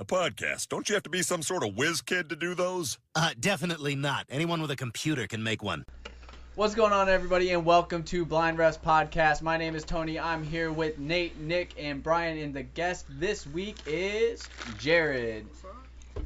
podcast, don't you have to be some sort of whiz kid to do those? Uh, definitely not. Anyone with a computer can make one. What's going on, everybody, and welcome to Blind Refs Podcast. My name is Tony. I'm here with Nate, Nick, and Brian, and the guest this week is Jared.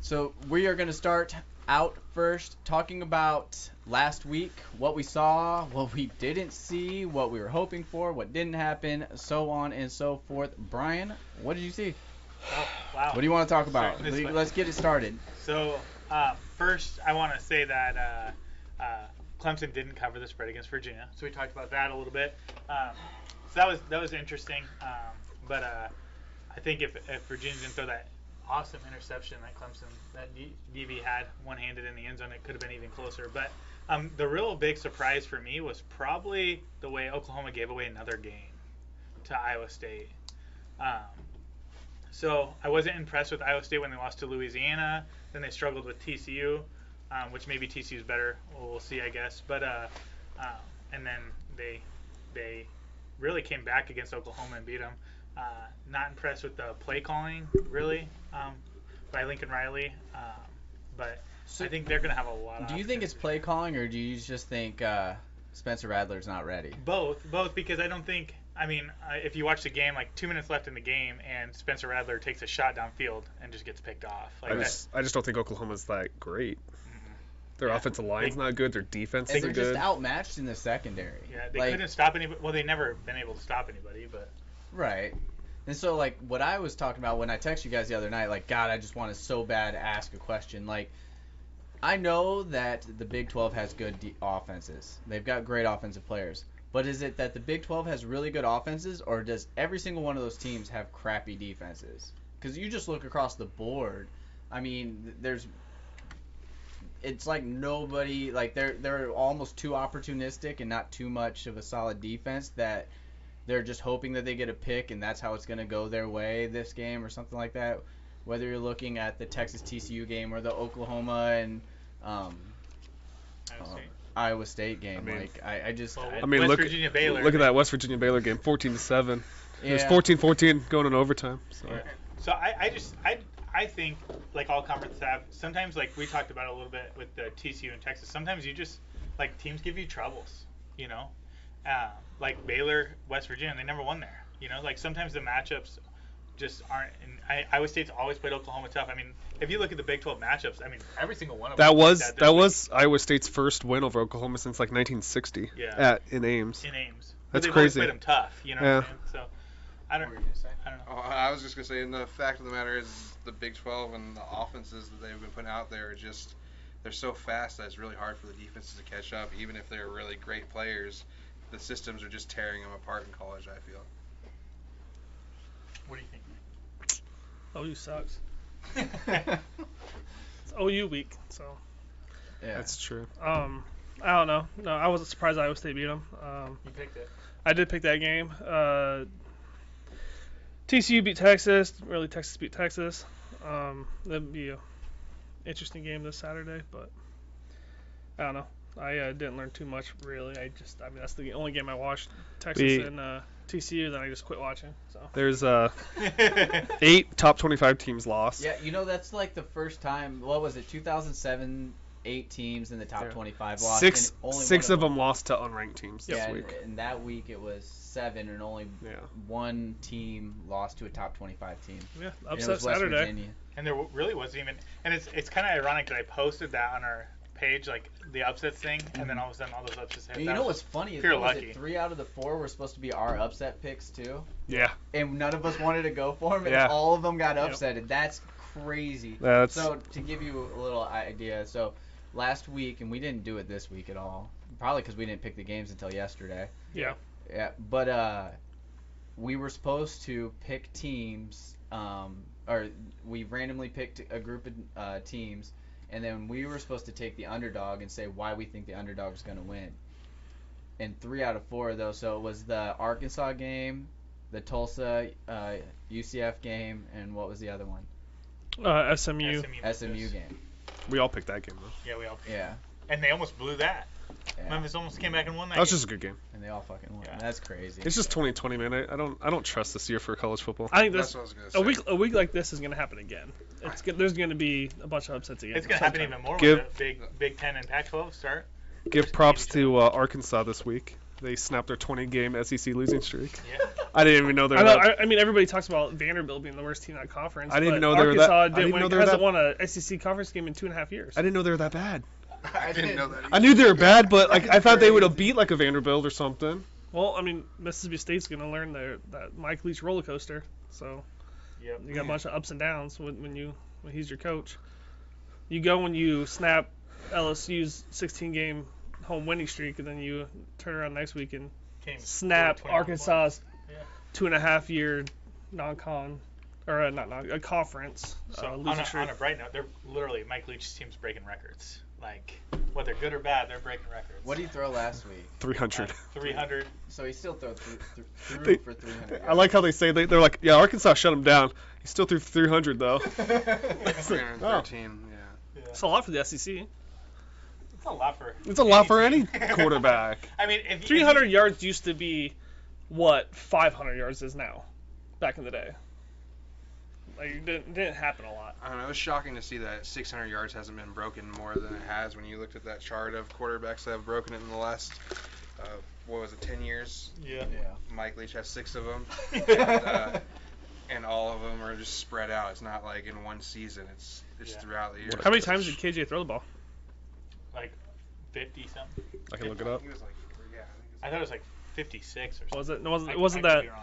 So we are going to start out first talking about last week, what we saw, what we didn't see, what we were hoping for, what didn't happen, so on and so forth. Brian, what did you see? Wow. What do you want to talk about? Start this way. Let's get it started. So uh, first, I want to say that uh, uh, Clemson didn't cover the spread against Virginia, so we talked about that a little bit. Um, so that was that was interesting. Um, but uh, I think if, if Virginia didn't throw that awesome interception that Clemson that D- DB had one-handed in the end zone, it could have been even closer. But um, the real big surprise for me was probably the way Oklahoma gave away another game to Iowa State. Um, so I wasn't impressed with Iowa State when they lost to Louisiana. Then they struggled with TCU, um, which maybe TCU is better. Well, we'll see, I guess. But uh, um, and then they they really came back against Oklahoma and beat them. Uh, not impressed with the play calling really um, by Lincoln Riley, um, but So- I think they're gonna have a lot. of Do you think it's opportunities. play calling, or do you just think uh, Spencer Radler's not ready? Both, both, because I don't think. I mean, uh, if you watch the game, like two minutes left in the game, and Spencer Radler takes a shot downfield and just gets picked off. Like I that- just, I just don't think Oklahoma's that great. Their Mm-hmm. Yeah. offensive line's not good. Their defense And they're isn't good. just outmatched in the secondary. Yeah, they like, couldn't stop anybody. Well, they never been able to stop anybody, but Right. And so, like, what I was talking about when I texted you guys the other night, like, God, I just want to so bad ask a question. Like, I know that the Big 12 has good de- offenses, they've got great offensive players. But is it that the Big 12 has really good offenses, or does every single one of those teams have crappy defenses? Because you just look across the board. I mean, th- there's. It's like nobody like they're they're almost too opportunistic and not too much of a solid defense that they're just hoping that they get a pick and that's how it's going to go their way this game or something like that. Whether you're looking at the Texas TCU game or the Oklahoma and um, I would Oh, say. Iowa State game, mean- like I, I just Well, I- I mean, West look, Virginia Baylor. look at that West Virginia Baylor game, 14 to seven. It was yeah. 14 14 going in overtime. So So I, I just I I think like all conferences have sometimes like we talked about a little bit with the TCU and Texas. Sometimes you just like teams give you troubles, you know, uh, like Baylor, West Virginia, they never won there. You know, like sometimes the matchups just aren't. And I, Iowa State's always played Oklahoma tough. I mean, if you look at the Big 12 matchups, I mean every single one of them. that played was this that week was Iowa State's first win over Oklahoma since like 1960 Yeah. at in Ames. in Ames. That's they've always crazy. Played them tough, you know. Yeah. What I'm saying? So I don't. What were you gonna say? Uh-huh. I don't know. Oh, I I was just gonna say, and the fact of the matter is, the Big 12 and the offenses that they've been putting out there are just they're so fast that it's really hard for the defenses to catch up. Even if they're really great players, the systems are just tearing them apart in college. I feel. What do you think? OU Oh, sucks. It's OU week, so yeah. That's true. um, I don't know. No, I wasn't surprised Iowa State beat them. Um, You picked it. I did pick that game. Uh, TCU beat Texas. Really, Texas beat Texas. Um, that'd be a interesting game this Saturday, but I don't know. I uh, didn't learn too much really. I just, I mean, that's the only game I watched. Texas We- and uh, TCU. Then I just quit watching. So There's uh eight top 25 teams lost. yeah, you know that's like the first time. What was it? 2007, eight teams in the top Yeah. 25 lost. Six and only six one of them lost to unranked teams this Yeah, week. And, and that week it was seven, and only Yeah. one team lost to a top 25 team. And yeah, it upset was West Saturday. Virginia. And there w- really wasn't even. And it's it's kind of ironic that I posted that on our page, like the upsets thing, and then all of a sudden all those And upsets hit. Mm-hmm. you That know was- what's funny is pure what was lucky. it, three out of the four were supposed to be our upset picks too, Yeah. and none of us wanted to go for them, and Yeah. all of them got Yep. upset. And that's crazy. That's So to give you a little idea, so last week, and we didn't do it this week at all, probably because we didn't pick the games until yesterday. Yeah. Yeah, but uh, we were supposed to pick teams, um, or we randomly picked a group of uh, teams, and then we were supposed to take the underdog and say why we think the underdog is going to win. And three out of four of those, so it was the Arkansas game, the Tulsa uh, UCF game, and what was the other one? Uh, SMU. was SMU just- game. we all picked that game though. Yeah, we all. Yeah. And they almost blew that. Memphis almost came back and won that. That was game. just a good game. and they all fucking won. Yeah. That's crazy. It's just 2020, man. I, I don't I don't trust this year for college football. I think That's this what I was gonna say. a week a week like this is going to happen again. It's gonna, there's going to be a bunch of upsets again. It's gonna happen even more Give- with the Big Big Ten and Pac-12 start. Give props to uh, Arkansas this week. They snapped their 20 game SEC losing streak. Yeah. I didn't even know they I, were know, that. I, I mean, everybody talks about Vanderbilt being the worst team in that conference. I didn't but know they were that- Arkansas I didn't didn't win, know they were hasn't that- won a SEC conference game in two and a half years. I didn't know they were that bad. I didn't know that. I knew they were bad, but like I thought they would have beat like a Vanderbilt or something. Well, I mean, Mississippi State's going to learn their that Mike Leach roller coaster. So Yep. you got a bunch of ups and downs when, when you when he's your coach. You go and you snap LSU's 16 game home winning streak, and then you turn around next week and Came snap 21 Arkansas's Yeah. two and a half year non-con or uh, not non a conference So uh, on, losing a, streak. on a bright note, they're literally Mike Leach's team's breaking records. Like whether good or bad, they're breaking records. what did he throw last week? 300. 300. So he still threw th- th- through They- for 300. I like how they say they, they're like, yeah, Arkansas shut him down. He still threw 300 though. yards. Oh. 313, yeah. It's a lot for the E SEC. That's a lot for. It's a lot for any quarterback. I mean, if if you- 300 yards used to be what 500 yards is now, back in the day. Like it didn't, didn't happen a lot. I don't know. It was shocking to see that 600 yards hasn't been broken more than it has when you looked at that chart of quarterbacks that have broken it in the last, uh, what was it, 10 years? Yeah. Mike Leach has six of them, and, uh, and all of them are just spread out. It's not like in one season. It's it's Yeah. throughout the year. How many times did KJ throw the ball? Like 50 something. I can look it up. He was like, yeah, I I thought think it was it was like 56 or something. Was it? Was, I- it wasn't I could that? be wrong.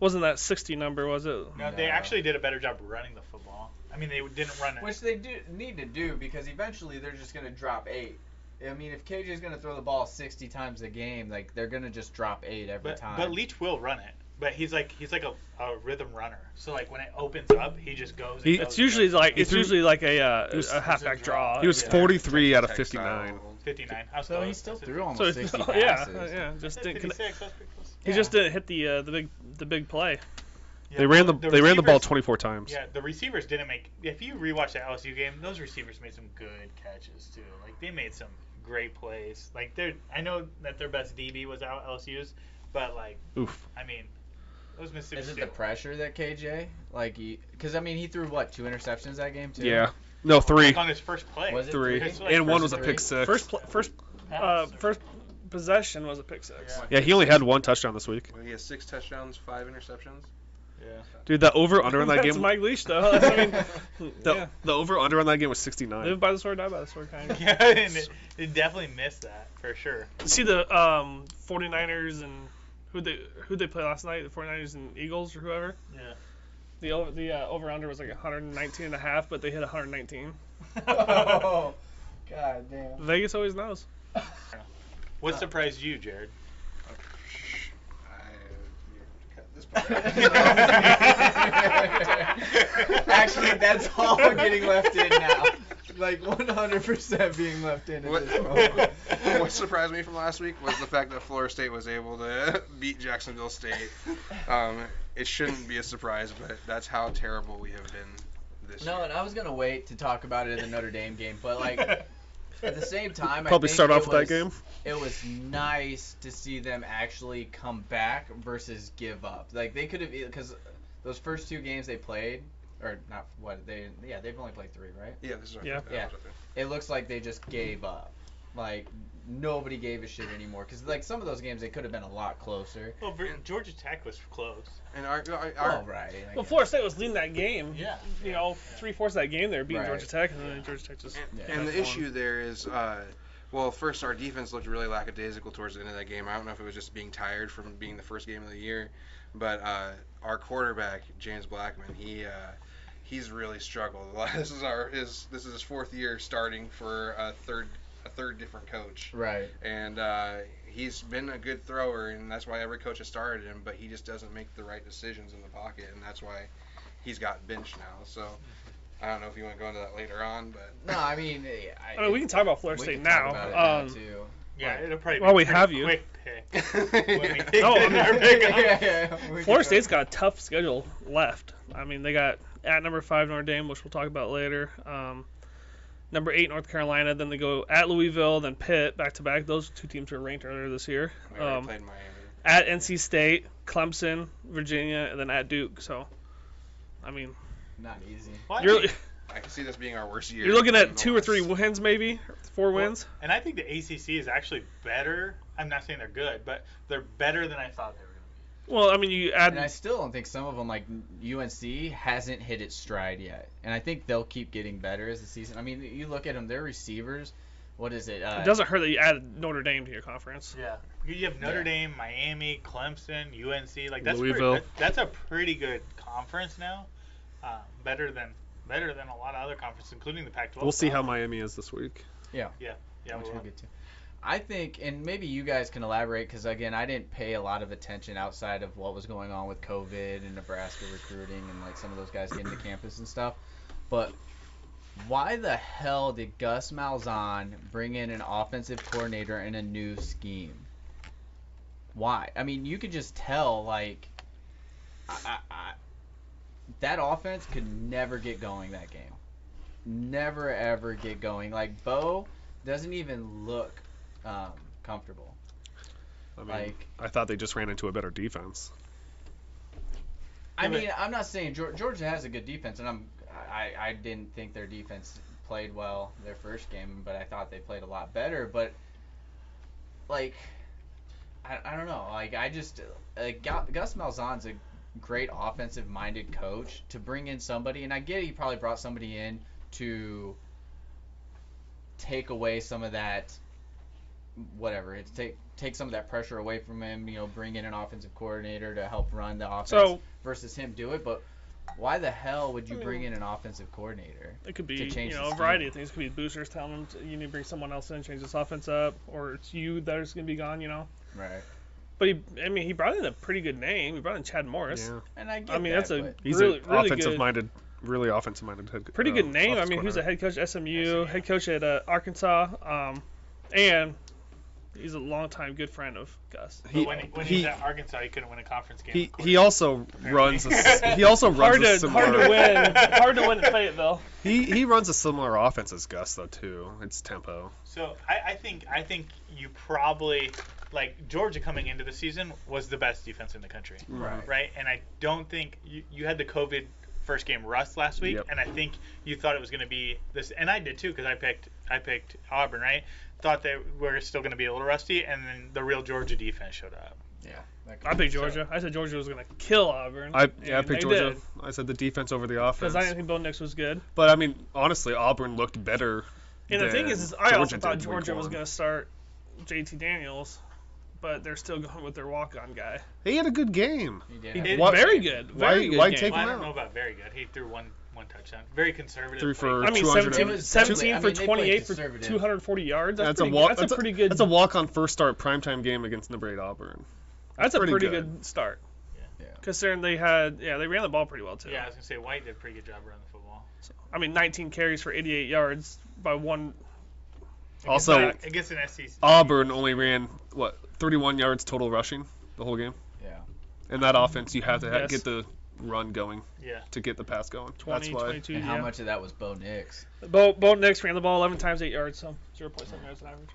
Wasn't that 60 number? Was it? No, they No. actually did a better job running the football. I mean, they didn't run it. Which they do need to do because eventually they're just going to drop eight. I mean, if KJ is going to throw the ball 60 times a game, like they're going to just drop eight every but, time. but Leach will run it. But he's like he's like a, a rhythm runner. So like when it opens up, he just goes. and He- goes It's usually and goes. like it's threw- usually like a He uh, was- a halfback draw. He was Yeah. 43 out of Textile. 59. 59. I was so he close. still I said threw almost So it's- 60 passes. yeah, yeah, just Said didn't. connect. 56, that's pretty close. He just didn't hit the uh, the big the big play. Yeah, They ran the, they ran the ball receivers- 24 times. Yeah, the receivers didn't make. If you rewatch that LSU game, those receivers made some good catches too. Like they made some great plays. Like they're. I know that their best DB was out LSU's, but like Oof. I mean, those Mississippi Is it State. the pressure that KJ like? Because I mean, he threw what two interceptions that game too. Yeah. No, three. Like on his first play. Was it Three. It's like And one first was a three. pick six. First pl- first pass uh, or- first possession was a pick six. Yeah. Yeah, he only had one touchdown this week. Well, he has six touchdowns, five interceptions. Yeah. Dude, the over under on that That's game. Mike Leach though. I mean, The, yeah. the over under on that game was 69. live by the sword, die by the sword kind of. yeah, and it, it definitely missed that for sure. See the um, 49ers and who they who they play last night? The 49ers and Eagles or whoever. Yeah. The over, the uh, over under was like 119 and a half, but they hit 119. oh, god damn. Vegas always knows. Uh, What surprised you, Jared? I, you cut this Actually, that's all we're getting left in now. Like 100% being left in at What- this moment. what surprised me from last week was the fact that Florida State was able to beat Jacksonville State. Um, it shouldn't be a surprise, but that's how terrible we have been this No, year. and I was gonna wait to talk about it in the Notre Dame game, but like at the same time, I Probably think start it off with that was- game. It was nice to see them actually come back versus give up. Like they could have, because those first two games they played, or not what they, yeah, they've only played three, right? Yeah, this is our Yeah. fifth Yeah. match, I think. It looks like they just gave up. Like nobody gave a shit anymore. Because like some of those games they could have been a lot closer. Well, Vir- Georgia Tech was close. And our, our, our All right. I Well, guess. Florida State was leading that game. Yeah. You know, three fourths of that game they were beating Right. Georgia Tech, and then Georgia Tech just. Yeah. And That's the issue there is, uh, well, first our defense looked really lackadaisical towards the end of that game. I don't know if it was just being tired from being the first game of the year, but uh, our quarterback James Blackman, he uh, he's really struggled. This is our his this is his fourth year starting for a third a third different coach, Right. and uh, he's been a good thrower, and that's why every coach has started him. But he just doesn't make the right decisions in the pocket, and that's why he's got benched now. So. I don't know if you want to go into that later on, but No, I mean, eh, I, I mean, we can talk about Florida we State can talk about now. it um, too. Yeah, it'll probably be While a we pretty have you. Quick pick. when we yeah, take No, it I mean- our pick up. Yeah, yeah, we can Florida talk- State's got a tough schedule left. I mean, they got at number five Notre Dame, which we'll talk about later. Um, Number eight, North Carolina. Then they go at Louisville, then Pitt, back to back. Those two teams were ranked earlier this year. We already Um, played Miami. at NC State, Clemson, Virginia, and then at Duke. So, I mean, Not easy. Well, I you're think- I can see this being our worst year. you're looking in at the two or last- three wins, maybe four Well, wins. and I think the ACC is actually better. I'm not saying they're good, but they're better than I thought they were. gonna Well, I mean, you And I add. still don't think some of them, like UNC, hasn't hit its stride yet. And I think they'll keep getting better as the season. I mean, you look at them, their receivers. What is it? Uh, It doesn't hurt that you added Notre Dame to your conference. be. Yeah. You you have Notre Yeah. Dame, Miami, Clemson, UNC. Like that's Louisville. Pretty, that- that's a pretty good conference now. Um, better than better than a lot of other conferences, including the Pac-12. We'll see how much. Miami is this week. Yeah, which we'll- we'll get to. I think, and maybe you guys can elaborate, because again, I didn't pay a lot of attention outside of what was going on with COVID and Nebraska recruiting and like some of those guys getting to campus and stuff. But why the hell did Gus Malzahn bring in an offensive coordinator and a new scheme? Why? I mean, you could just tell like I, I, I, that offense could never get going that game. Never ever get going. Like Bo doesn't even look um, comfortable. I mean, Like I thought they just ran into a better defense. I Yeah, but- mean, I'm not saying Geor- Georgia has a good defense, and I'm I, I didn't think their defense played well their first game, but I thought they played a lot better. But like, I, I don't know. Like I just like Gu- Gus Malzahn's a great offensive-minded coach to bring in somebody, and I get he probably brought somebody in to take away some of that whatever it's take take some of that pressure away from him you know bring in an offensive coordinator to help run the offense So versus him do it, but why the hell would you I mean- bring in an offensive coordinator? It could be to change you the know a scheme. variety of things. It could be boosters telling them to, you need to bring someone else in, change this offense up, or it's you that is going to be gone. You know, Right. but he, I mean, he brought in a pretty good name. He brought in Chad Morris. Yeah, And I get I mean, that's a he's really, an really offensive good, minded, really offensive minded head. pretty uh, good name. I offensive mean, he was a coordinator. head coach at SMU, SMU. head coach at uh, Arkansas, um, and he's a longtime good friend of Gus. but He- when, he, when he- he was at Arkansas, he couldn't win a conference game. He of course. he also runs a, s- he also runs Hard a to, similar hard to win, hard to win at Fayetteville. he he runs a similar offense as Gus though too. It's tempo. So I, I think I think you probably like Georgia coming into the season was the best defense in the country, Right. right? And I don't think you, you had the COVID first game rust last week, Yep. and I think you thought it was going to be this, and I did too because I picked I picked Auburn, right? Thought they were still going to be a little rusty, and then the real Georgia defense showed up. Yeah. that I could be picked Georgia. I said Georgia was going to kill Auburn. I yeah, I and picked they Georgia. did, I said the defense over the offense. because I didn't think Bill Nix was good. But I mean, honestly, Auburn looked better. And the than thing is, is I also did thought week Georgia was one. going to start JT Daniels, but they're still going with their walk-on guy. He had a good game. so. He did He have- did Why- very good. Very why- good why game. take- Well, I him don't out. know about very good. He threw one one touchdown. Very conservative. Three play. for I mean, 200 17, It was 17 definitely- for I mean, they played 28 for conservative. 240 yards. That's, That's a pretty, walk. that's, a pretty good. That's a walk-on first start primetime game against number eight Auburn. that's a pretty pretty, good. good, start. Yeah. Considering they had, yeah, they ran the ball pretty well too. Yeah, I was gonna say White did a pretty good job around the football. I mean, 19 carries for 88 yards by one. Also, Against- against an E SEC. Auburn only ran what 31 yards total rushing the whole game. Yeah. And that offense, you have to ha- Yes. get the run going Yeah. to get the pass going. 20, That's why. 22. And how yeah. much of that was Bo Nix? Bo, Bo Nix ran the ball 11 times, 8 yards, so 0.7 yards on average.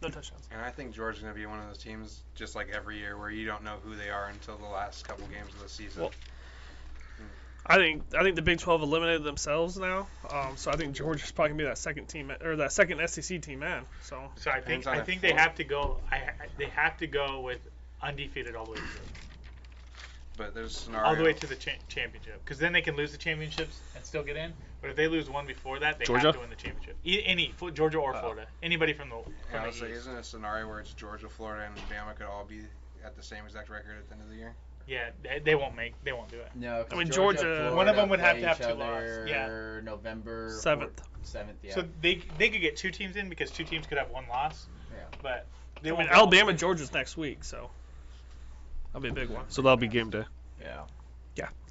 No touchdowns. And I think Georgia's going to be one of those teams, just like every year, where you don't know who they are until the last couple games of the season. Well- I think I think the Big 12 eliminated themselves now, um, so I think Georgia's probably gonna be that second team or that second SEC team in. So So I think Depends on I if- think they have to go. I, I they have to go with undefeated all the way through, but there's a scenario. all the way to the cha- championship, because then they can lose the championships and still get in. But if they lose one before that, they Georgia? have to win the championship. E- any Fl- Georgia or Oh. Florida, anybody from the And from I the would say, East. isn't it a scenario where it's Georgia, Florida, and Bama could all be at the same exact record at the end of the year? Yeah, they, they won't make. They won't do it. No. 'cause I mean, Georgia- Florida One of them would have play to have each two losses, other November seventh. fourth- Seventh. Yeah. So they they could get two teams in because two teams could have one loss. Yeah. But they I mean, won't. Alabama, Georgia's next week, so that'll be a big one. So that'll be game day. yeah.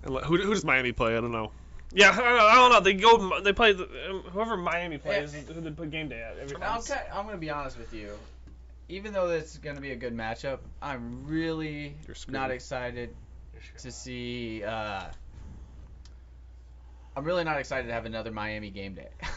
And let- Who, who does Miami play? I don't know. Yeah, I don't know. I don't know. They go. They play the, um, whoever Miami plays. is Who they put game day at every And I'll time. cut, I'm gonna be honest with you. Even though this is gonna be a good matchup, I'm really You're screwed. not excited to see. Uh, I'm really not excited to have another Miami game day.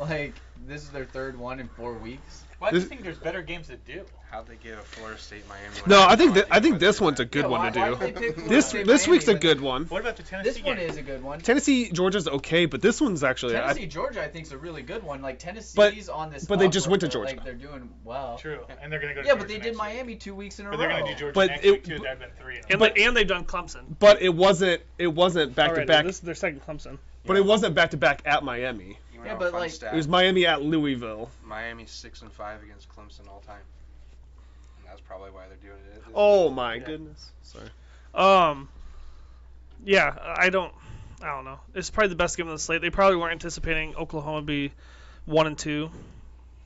Like this is their third one in four weeks. Why do you This- think there's better games to do? How'd they give a Florida State Miami? when No, had I think no that, I idea think why they this did one's that? a good Yeah, one why- to why do. did they pick Florida This State this Miami week's a when- good one. What about the Tennessee This one game? is a good one. Tennessee Georgia's okay, but this one's actually I- Tennessee Georgia, I think, is a really good one. Like Tennessee's on this. but they just upward, went to but, Georgia. Like they're doing well. True, and they're gonna go. To Yeah, Georgia but they next did week. Miami two weeks in a But row. they're gonna do Georgia But next it- week too. That'd been three. And, like, and they've done Clemson. but it wasn't it wasn't back already. to back, This is their second Clemson. but it wasn't back to back at Miami. You Yeah, know, but, fun like- stat, It was Miami at Louisville. Miami's six and five against Clemson all time. And that's probably why they're doing it. Oh my goodness. Sorry. Um, yeah, I don't, I don't know. It's probably the best game on the slate. They probably weren't anticipating Oklahoma would be one and two,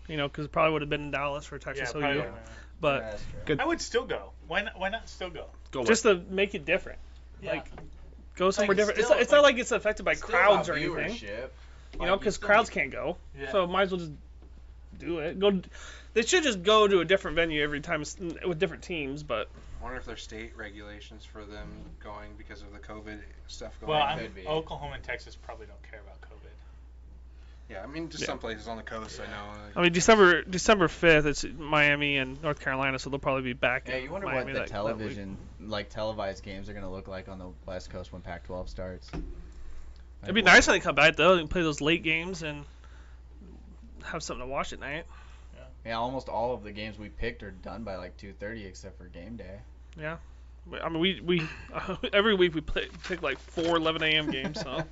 you know, because it probably would have been in Dallas for Yeah, Texas probably OU. would've been. But That's true. I would still go. Why not? Why not still go? Go just to make it different, like go somewhere Like, different. it's still- not, it's not like it's affected by Still crowds or about anything, viewership. you know, Like, because still crowds need- can't go. Yeah. So might as well just do it. Go. They should just go to a different venue every time s- with different teams, but I wonder if there's state regulations for them going because of the COVID stuff going Well, on. I'm, could be. Oklahoma and Texas probably don't care about COVID. yeah, I mean, just Yeah. some places on the coast, I know. like- I mean, December December fifth, it's Miami and North Carolina, so they'll probably be back. Yeah, in you wonder Miami what that- the that week. television, like televised games, are gonna look like on the West Coast when Pac-12 starts. It'd be Like, nice when they come back though and play those late games and have something to watch at night. Yeah, almost all of the games we picked are done by like 2:30, except for game day. We- I mean, we we every week we play, pick like four 11 a.m. games, so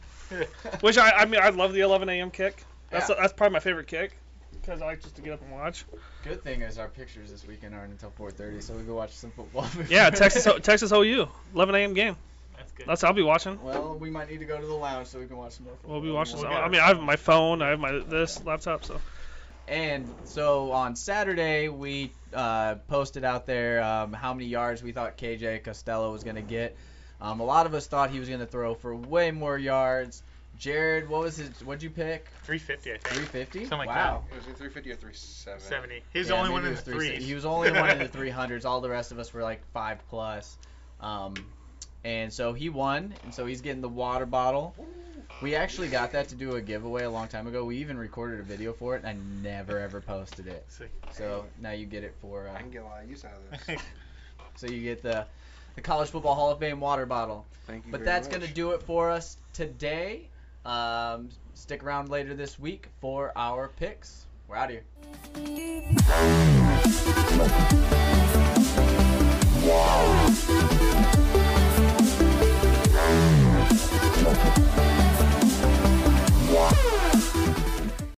which I I mean I love the 11 a.m. kick. That's Yeah. that's probably my favorite kick because I like just to get up and watch. Good thing is our pictures this weekend aren't until 4:30, so we can watch some football. Yeah, Texas Texas OU 11 a.m. game. That's good. That's I'll be watching. Well, we might need to go to the lounge so we can watch some more. Football We'll be watching. We'll some. get I it. mean, I have Oh my phone, I have my this laptop, so And so on Saturday, we uh, posted out there um, how many yards we thought KJ Costello was going to get. Um, a lot of us thought he was going to throw for way more yards. Jared, what was his? What'd you pick? 350, I think. 350. Something like wow. It was either 350 or 370. 70. He was Yeah, the only maybe one it in the was 360. threes. He was only one in the 300s. All the rest of us were like five plus. Um, and so he won, and so he's getting the water bottle. We actually got that to do a giveaway a long time ago. We even recorded a video for it, and I never ever posted it. Sick. So now you get it for. Uh, I can get a lot of use out of this. So you get the the College Football Hall of Fame water bottle. Thank you. But very that's much. going to do it for us today. Um, stick around later this week for our picks. We're out of here.